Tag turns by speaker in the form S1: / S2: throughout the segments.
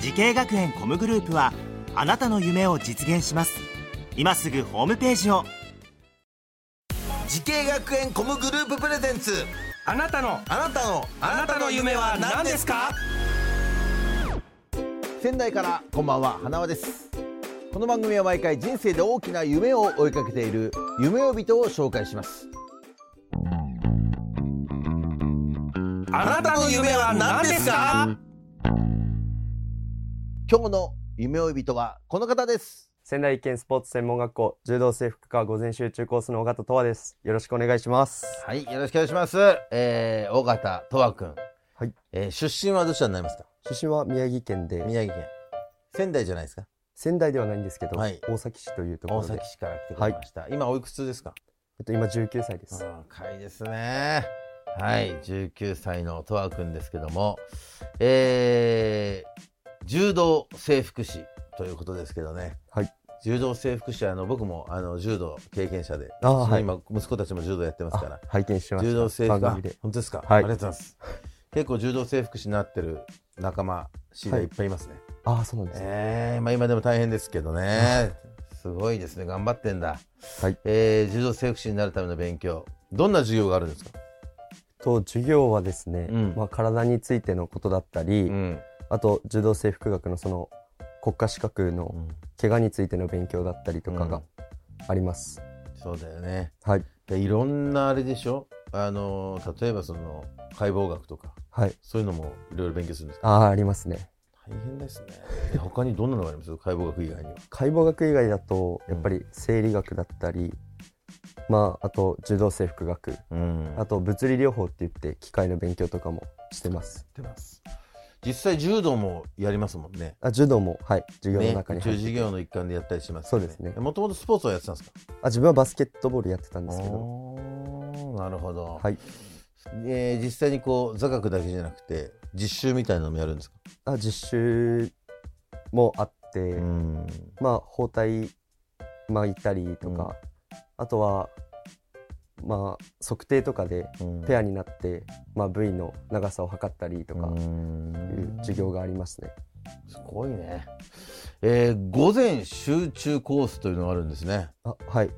S1: 時系学園コムグループはあなたの夢を実現します今すぐホームページを
S2: 時系学園コムグループプレゼンツ
S3: あなたの
S2: あなたの
S3: あなたの夢は何ですか
S4: 仙台からこんばんは花輪ですこの番組は毎回人生で大きな夢を追いかけている夢呼人を紹介します
S3: あなたの夢は何ですか
S4: 今日の夢追い人はこの方です
S5: 仙台県スポーツ専門学校柔道制服科午前集中コースの尾形とわです。よろしくお願いします。
S4: はいよろしくお願いしますえー、尾形とわくん
S5: はい、
S4: えー出身はどちらになりますか
S5: 出身は宮城県で、
S4: 宮城県仙台じゃないですか
S5: 仙台ではないんですけど、
S4: はい
S5: 大崎市というとこ
S4: 大
S5: ろで、
S4: 崎市から来てくれました、今おいくつですか
S5: えっと、今19歳です。
S4: 若いですねはい19歳のとわくんですけどもえー、柔道整復師ということですけどね
S5: はい
S4: 柔道整復師はあの僕もあの柔道経験者で
S5: あーはい
S4: 今息子たちも柔道やってますから
S5: あ拝見してました。
S4: 柔道整復
S5: 番
S4: あ
S5: 組で。
S4: 本当ですか、
S5: はい
S4: ありがとうございます結構柔道整復師になってる仲間知り合いいっぱいいますね、
S5: ああ、そうなんですね。
S4: ええまあ今でも大変ですけどね。 すごいですね。頑張ってんだ。
S5: はい
S4: えー柔道整復師になるための勉強。どんな授業があるんですか。
S5: と、授業はですね、
S4: うん
S5: まあ、体についてのことだったり、
S4: ん。
S5: あと、柔道制服学のその、国家資格の怪我についての勉強だったりとかがあります。
S4: そうだよね。
S5: はい。
S4: で、いろんなあれでしょあのー、例えばその解剖学とか、
S5: はい。
S4: そういうのもいろいろ勉強するんですか。
S5: ああ、ありますね。
S4: 大変ですね。え他にどんなのがあります。解剖学以外には。
S5: 解剖学以外だとやっぱり生理学だったり、まああと柔道整復学
S4: うん
S5: あと物理療法って言って機械の勉強とかもしてます
S4: 実際柔道もやりますもんね。
S5: あ柔道もはい授業の
S4: ね、
S5: 中に
S4: 中
S5: 入って、
S4: 授業の一環でやったりしますよ
S5: そうですね
S4: もともとスポーツをやってたんですか。
S5: あ自分はバスケットボールやってたんですけど
S4: おーなるほど。
S5: はい
S4: えー実際にこう座学だけじゃなくて実習みたいなのもやるんですか、
S5: あ実習もあって、
S4: ん
S5: まあ包帯巻いたりとか、あとはまあ測定とかでペアになって、まあ、部位の長さを測ったりとかいう授業がありますね。
S4: すごいね、えー午前集中コースというのがあるんですね、
S5: あはい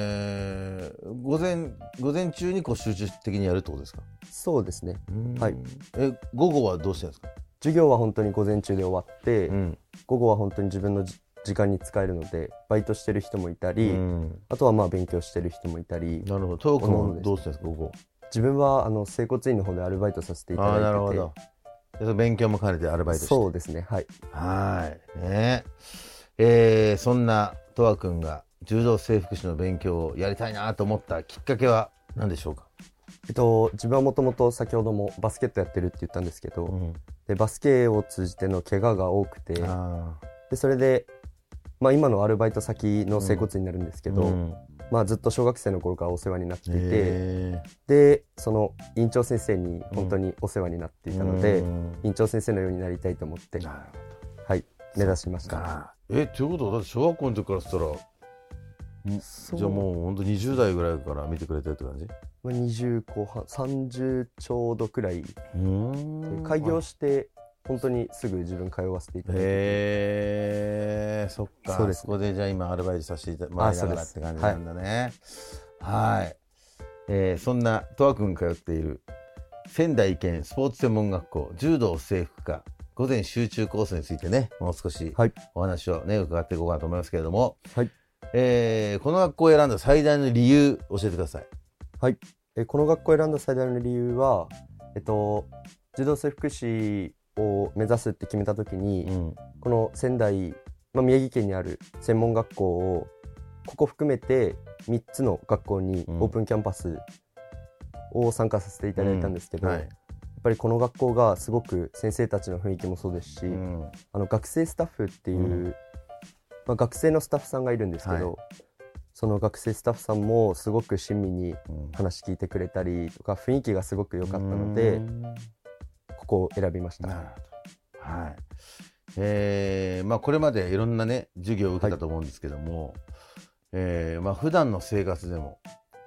S4: えー午前午前中にこう集中的にやるってことですか
S5: そうですねはい
S4: え午後はどうしてるんですか、
S5: 授業は本当に午前中で終わって、
S4: ん
S5: 午後は本当に自分のじ時間に使えるのでバイトしてる人もいたり、
S4: うん
S5: あとはまあ勉強してる人もいたり
S4: なるほどトークもどうしてるんですか午後
S5: 自分はあの整骨院の方でアルバイトさせていただい
S4: あ
S5: て
S4: あ
S5: て
S4: なるほどでその勉強も兼ねてアルバイトして
S5: そうですねはい
S4: はい。ねえーそんなとわくんが柔道整復師の勉強をやりたいなと思ったきっかけは何でしょうか、
S5: えっと自分はもともと先ほどもバスケットやってるって言ったんですけど、でバスケを通じての怪我が多くて
S4: あ
S5: でそれで、まあ、今のアルバイト先の整骨院になるんですけ
S4: け
S5: ど、
S4: ど、
S5: まあ、ずっと小学生の頃からお世話になっていて、
S4: え
S5: でその院長先生に本当にお世話になっていたので、
S4: うん
S5: 院長先生のようになりたいと思って、
S4: なる
S5: はい、目指しました。
S4: えということはだって小学校の時からしたらじゃあもう本当20代ぐらいから見てくれてるって感じ
S5: まあ20後半30ちょうどくらいで
S4: うん
S5: 開業して本当にすぐ自分通わせていただいて、
S4: へえそっか
S5: そ
S4: そうう
S5: で
S4: ですすここでじゃあ今アルバイトさせてもらいながら
S5: あ
S4: っ
S5: そ
S4: て
S5: うです
S4: 感じなんだねはいえーそんなとわくん通っている仙台県スポーツ専門学校柔道制服科午前集中コースについてねもう少し
S5: はい
S4: お話をね伺っていこうかなと思いますけれども、
S5: はい
S4: えーこの学校を選んだ最大の理由教えてください
S5: えこの学校を選んだ最大の理由は、えっと、児童整復師を目指すって決めた時に、
S4: ん
S5: この仙台、まあ、宮城県にある専門学校をここ含めて3つの学校に
S4: うん
S5: オープンキャンパスを参加させていただいたんですけど、
S4: はい
S5: ぱりこの学校がすごく先生たちの雰囲気もそうですし、
S4: うん
S5: あの学生スタッフっていう、
S4: うん
S5: まあ、学生のスタッフさんがいるんですけど、
S4: は
S5: その学生スタッフさんもすごく親身に
S4: うん
S5: 話聞いてくれたりとか雰囲気がすごく良かったので
S4: うん
S5: ここを選びました。
S4: なるほど。はい。えーまあこれまでいろんなね授業を受けたと思うんですけども、えーまあ普段の生活でも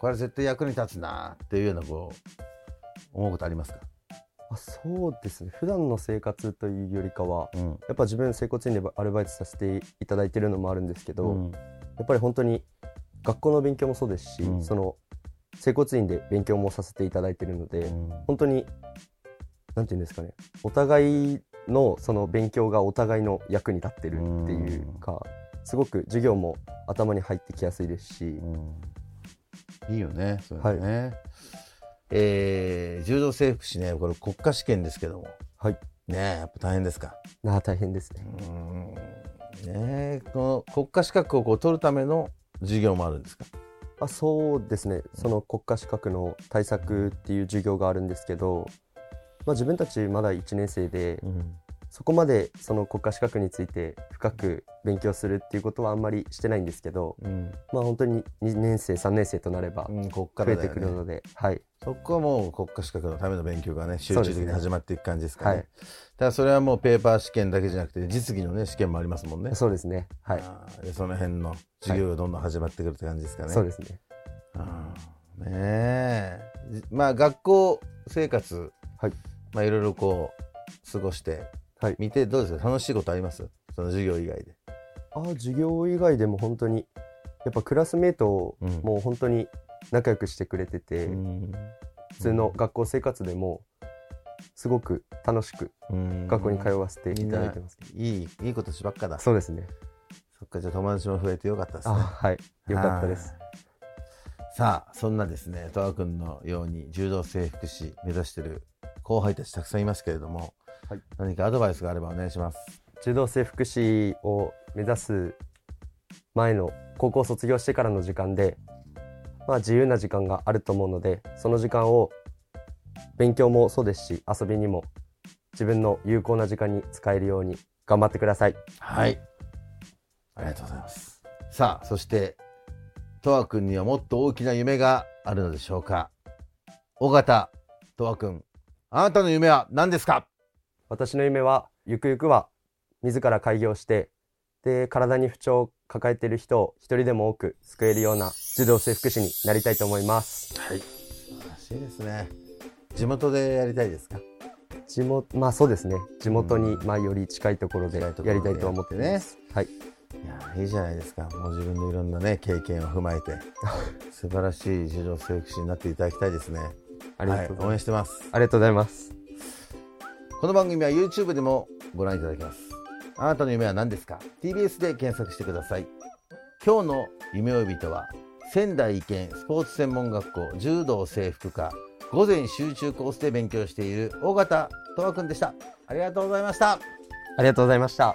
S4: これ絶対役に立つなっていうようなこう思うことありますか？
S5: あそうですね普段の生活というよりかは
S4: うん。
S5: やっぱ自分整骨院でアルバイトさせていただいてるのもあるんですけど、やっぱり本当に学校の勉強もそうですし、
S4: うん
S5: その整骨院で勉強もさせていただいてるので、本当になんていうんですかねお互いのその勉強がお互いの役に立ってるっていうか、すごく授業も頭に入ってきやすいですし、
S4: うんいいよね。そういうのね。えー柔道整復師ねこれ国家試験ですけども。
S5: はい。
S4: ねえやっぱ大変ですか？
S5: なあ大変ですね。
S4: うんねえこの国家資格をこう取るための授業もあるんですか。
S5: あそうですねその国家資格の対策っていう授業があるんですけど、まあ、自分たちまだ1年生で、そこまでその国家資格について深く勉強するっていうことはあんまりしてないんですけど、
S4: うん、
S5: まあ本当に2年生3年生となれば
S4: こっか
S5: 増
S4: ら
S5: え
S4: だ
S5: て
S4: よ
S5: く
S4: ね
S5: る。ので、はい
S4: そこはもう国家資格のための勉強がね集
S5: そ
S4: 中的
S5: うですね
S4: に始まっていく感じですかね。
S5: はい
S4: だからそれはもうペーパー試験だけじゃなくて実技のね試験もありますもんね。
S5: そうですねはい、
S4: あーでその辺の授業がどんどん始まってくるって感じですかね。
S5: そうですね
S4: あーねえじまあ学校生活、
S5: はい
S4: まあいろいろこう過ごして
S5: はい
S4: 見てどうですか楽しいことありますその授業以外で。
S5: あー授業以外でも本当にやっぱクラスメートを
S4: うん
S5: もう本当に仲良くしてくれてて、普通の学校生活でもすごく楽しく学校に通
S4: う
S5: わせていただいてます、
S4: いいいいことしばっかだ。そ
S5: そうですね
S4: っかじゃあ友達も増えてよかったですね。
S5: あーはいよかったです
S4: はい。さあそんなですね戸川君のように柔道整復師目指してる後輩たちたくさんいますけれども、
S5: はい
S4: 何かアドバイスがあればお願いします。
S5: 柔道整復師を目指す前の高校卒業してからの時間で、まあ、自由な時間があると思うのでその時間を勉強もそうですし遊びにも自分の有効な時間に使えるように頑張ってください。
S4: はい。ありがとうございます。さあ、そして、とわくんにはもっと大きな夢があるのでしょうか。尾形、とわくん、あなたの夢は何ですか
S5: 私の夢はゆくゆくは自ら開業してで体に不調を抱えている人を一人でも多く救えるような柔道整復師になりたいと思います。
S4: 素晴らしいですね。地元でやりたいですか
S5: 地元まあそうですね地元にまあより近いところで
S4: 近い
S5: や
S4: ところで
S5: りたいと思ってます、はい
S4: いや、いいじゃないですか。もう自分のいろんなね、経験を踏まえ て、素晴らしい柔道整復師になっていただきたいですね。
S5: ありがとうご
S4: はい
S5: ざいます、
S4: 応援してます。
S5: ありがとうございます
S4: この番組は YouTube でもご覧いただけますあなたの夢は何ですか TBS で検索してください今日の夢追い人は仙台医研スポーツ専門学校柔道整復科午前集中コースで勉強している尾形とわくんでしたありがとうございました
S5: ありがとうございました